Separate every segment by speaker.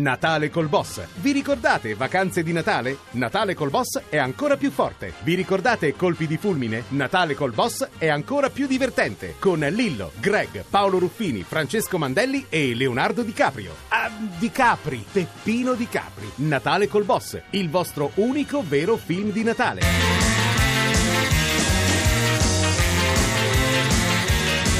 Speaker 1: Natale col boss. Vi ricordate vacanze di Natale? Natale col boss è ancora più forte. Vi ricordate colpi di fulmine? Natale col boss è ancora più divertente. Con Lillo, Greg, Paolo Ruffini, Francesco Mandelli e Leonardo Di Caprio. Ah, Di Capri, Peppino Di Capri. Natale col boss, il vostro unico vero film di Natale.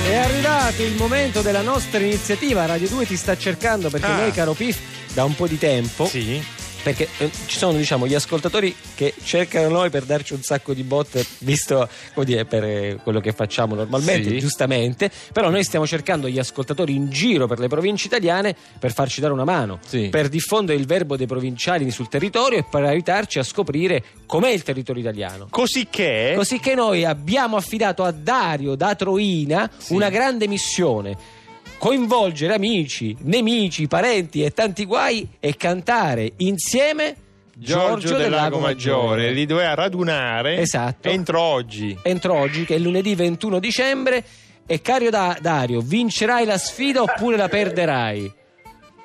Speaker 2: È arrivato il momento della nostra iniziativa. Radio 2 ti sta cercando perché
Speaker 3: Ah.
Speaker 2: noi, caro Pif, da un po' di tempo.
Speaker 3: Sì.
Speaker 2: Perché eh, ci sono, diciamo, gli ascoltatori che cercano noi per darci un sacco di botte, visto come dire, per eh, quello che facciamo normalmente,
Speaker 3: Sì.
Speaker 2: giustamente. Però noi stiamo cercando gli ascoltatori in giro per le province italiane per farci dare una mano,
Speaker 3: Sì.
Speaker 2: per diffondere il verbo dei provinciali sul territorio e per aiutarci a scoprire com'è il territorio italiano.
Speaker 3: Cosicché.
Speaker 2: Così che noi abbiamo affidato a Dario da Troina
Speaker 3: Sì.
Speaker 2: una grande missione. Coinvolgere amici, nemici, parenti e tanti guai e cantare insieme
Speaker 3: Giorgio, del Lago Maggiore, li doveva radunare
Speaker 2: Esatto.
Speaker 3: entro oggi.
Speaker 2: Entro oggi, che è lunedì 21 dicembre. E caro Da- Dario, vincerai la sfida oppure la perderai?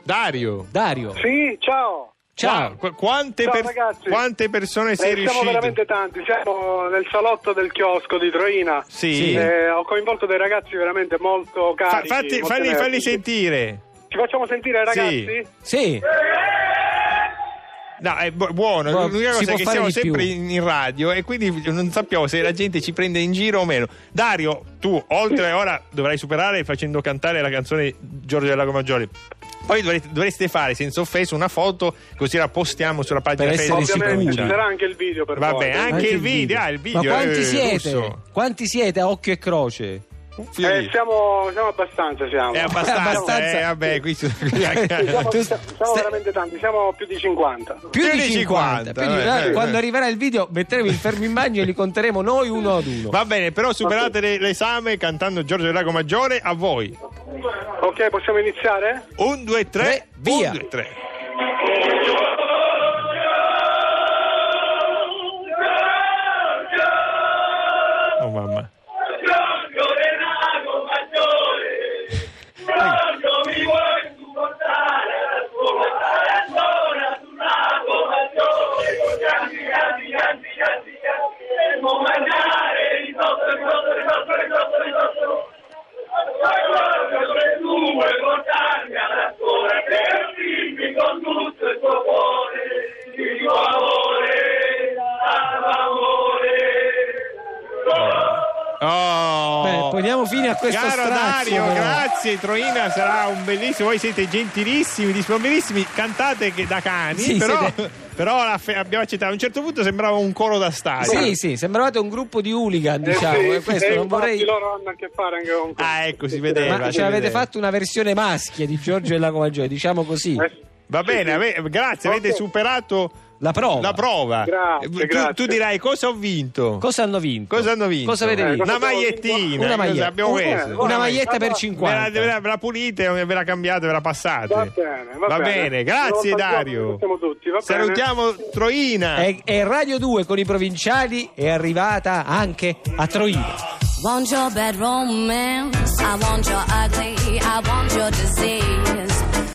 Speaker 3: Dario,
Speaker 2: Dario,
Speaker 4: Sì, ciao.
Speaker 2: ciao.
Speaker 3: Qua- quante,
Speaker 4: Ciao,
Speaker 3: per-
Speaker 4: ragazzi.
Speaker 3: quante persone sei
Speaker 4: Eh, siamo
Speaker 3: riuscito?
Speaker 4: veramente tanti, siamo nel salotto del chiosco di Troina.
Speaker 3: Sì.
Speaker 4: Eh, ho coinvolto dei ragazzi veramente molto
Speaker 3: Fa-
Speaker 4: cari.
Speaker 3: fatti-
Speaker 4: molto
Speaker 3: falli, falli
Speaker 4: energici.
Speaker 3: sentire.
Speaker 4: Ci facciamo sentire ragazzi?
Speaker 3: Sì.
Speaker 2: Sì,
Speaker 3: No, è bu- buono.
Speaker 2: Buono,
Speaker 3: L'unica
Speaker 2: si
Speaker 3: cosa
Speaker 2: può
Speaker 3: è che
Speaker 2: fare
Speaker 3: siamo
Speaker 2: di
Speaker 3: sempre
Speaker 2: più.
Speaker 3: in, in radio e quindi non sappiamo se la gente ci prende in giro o meno. Dario, tu oltre ora dovrai superare facendo cantare la canzone Giorgio del Lago Maggiore. Poi dovrete- dovreste fare, senza offesa, una foto così la postiamo sulla pagina
Speaker 2: Per essere
Speaker 3: Facebook.
Speaker 4: Ovviamente ci
Speaker 2: sicuri.
Speaker 4: sarà anche il video per
Speaker 3: Vabbè,
Speaker 4: voi.
Speaker 3: anche il video, ah, il video,
Speaker 2: Ma quanti
Speaker 3: eh,
Speaker 2: siete?
Speaker 3: russo.
Speaker 2: Quanti siete a occhio e croce?
Speaker 4: Eh, siamo, siamo abbastanza, siamo.
Speaker 3: È abbastanza,
Speaker 2: È abbastanza.
Speaker 3: eh, vabbè, qui ci-
Speaker 4: Siamo,
Speaker 2: Tu-
Speaker 4: siamo
Speaker 2: stai-
Speaker 4: veramente tanti, siamo più di 50.
Speaker 2: Più di eh, 50.
Speaker 3: 50,
Speaker 2: più di-
Speaker 3: vabbè,
Speaker 2: dai,
Speaker 3: vabbè.
Speaker 2: quando arriverà il video metteremo il fermo immagine e li conteremo noi uno ad uno.
Speaker 3: Va bene, però superate le- l'esame cantando Giorgio del Lago Maggiore a voi.
Speaker 4: Ok, possiamo iniziare?
Speaker 3: 1, 2, 3,
Speaker 2: Tre, via.
Speaker 3: 1, 2, 3. Oh mamma.
Speaker 5: Giorgio del Lago Maggiore, Giorgio mi vuoi supportare a scuola, allora sul Lago Maggiore, canti, canti, canti, canti, canti, devo mangiare risotto, risotto, risotto, risotto, risotto. Giorgio presumo e portarmi alla scuola per dirmi con tutto il tuo cuore, il tuo amore, l'amore.
Speaker 3: Oh.
Speaker 2: Beh, poniamo fine a questo
Speaker 3: Caro
Speaker 2: strazio,
Speaker 3: Dario,
Speaker 2: però.
Speaker 3: grazie. Troina sarà un bellissimo. Voi siete gentilissimi, disponibilissimi. Cantate che da cani.
Speaker 2: Sì,
Speaker 3: però
Speaker 2: siete-
Speaker 3: però la fe- abbiamo accettato. A un certo punto sembrava un coro da stadio.
Speaker 2: Sì, sì, sembravate un gruppo di hooligan,
Speaker 4: Eh
Speaker 2: diciamo,
Speaker 4: sì,
Speaker 2: e questo
Speaker 4: eh,
Speaker 2: non
Speaker 4: infatti
Speaker 2: vorrei
Speaker 4: loro hanno a che fare anche con questo.
Speaker 3: Ah, ecco, si vedeva.
Speaker 2: ma
Speaker 3: si
Speaker 2: ce l'avete
Speaker 3: vedeva.
Speaker 2: fatto una versione maschia di Giorgio e Lago Maggiore, diciamo così.
Speaker 4: Eh,
Speaker 3: Va
Speaker 4: sì,
Speaker 3: bene,
Speaker 4: sì.
Speaker 3: ave- grazie. Avete
Speaker 4: Ok.
Speaker 3: superato
Speaker 2: La prova.
Speaker 3: la prova.
Speaker 4: Grazie,
Speaker 3: Eh, tu,
Speaker 4: grazie.
Speaker 3: tu dirai cosa ho vinto.
Speaker 2: Cosa hanno vinto?
Speaker 3: Cosa hanno vinto?
Speaker 2: Cosa avete
Speaker 4: Eh,
Speaker 2: vinto?
Speaker 4: cosa
Speaker 3: Una
Speaker 4: abbiamo
Speaker 3: magliettina.
Speaker 4: vinto?
Speaker 2: Una
Speaker 3: cosa
Speaker 2: maglietta.
Speaker 3: Abbiamo
Speaker 2: Un-
Speaker 3: preso.
Speaker 4: eh,
Speaker 2: Una
Speaker 4: Guarda,
Speaker 2: maglietta per
Speaker 4: guarda.
Speaker 3: Ve la,
Speaker 2: 50.
Speaker 3: ve la- ve la pulite, ve la cambiate, ve la passate.
Speaker 4: Va bene, va bene. Lo
Speaker 3: grazie
Speaker 4: salutiamo,
Speaker 3: Dario.
Speaker 4: salutiamo tutti, va bene.
Speaker 3: Salutiamo Troina.
Speaker 2: E, e Radio 2 con i provinciali è arrivata anche a Troina.
Speaker 6: Want your bad romance. I want your ugly. I want your disease.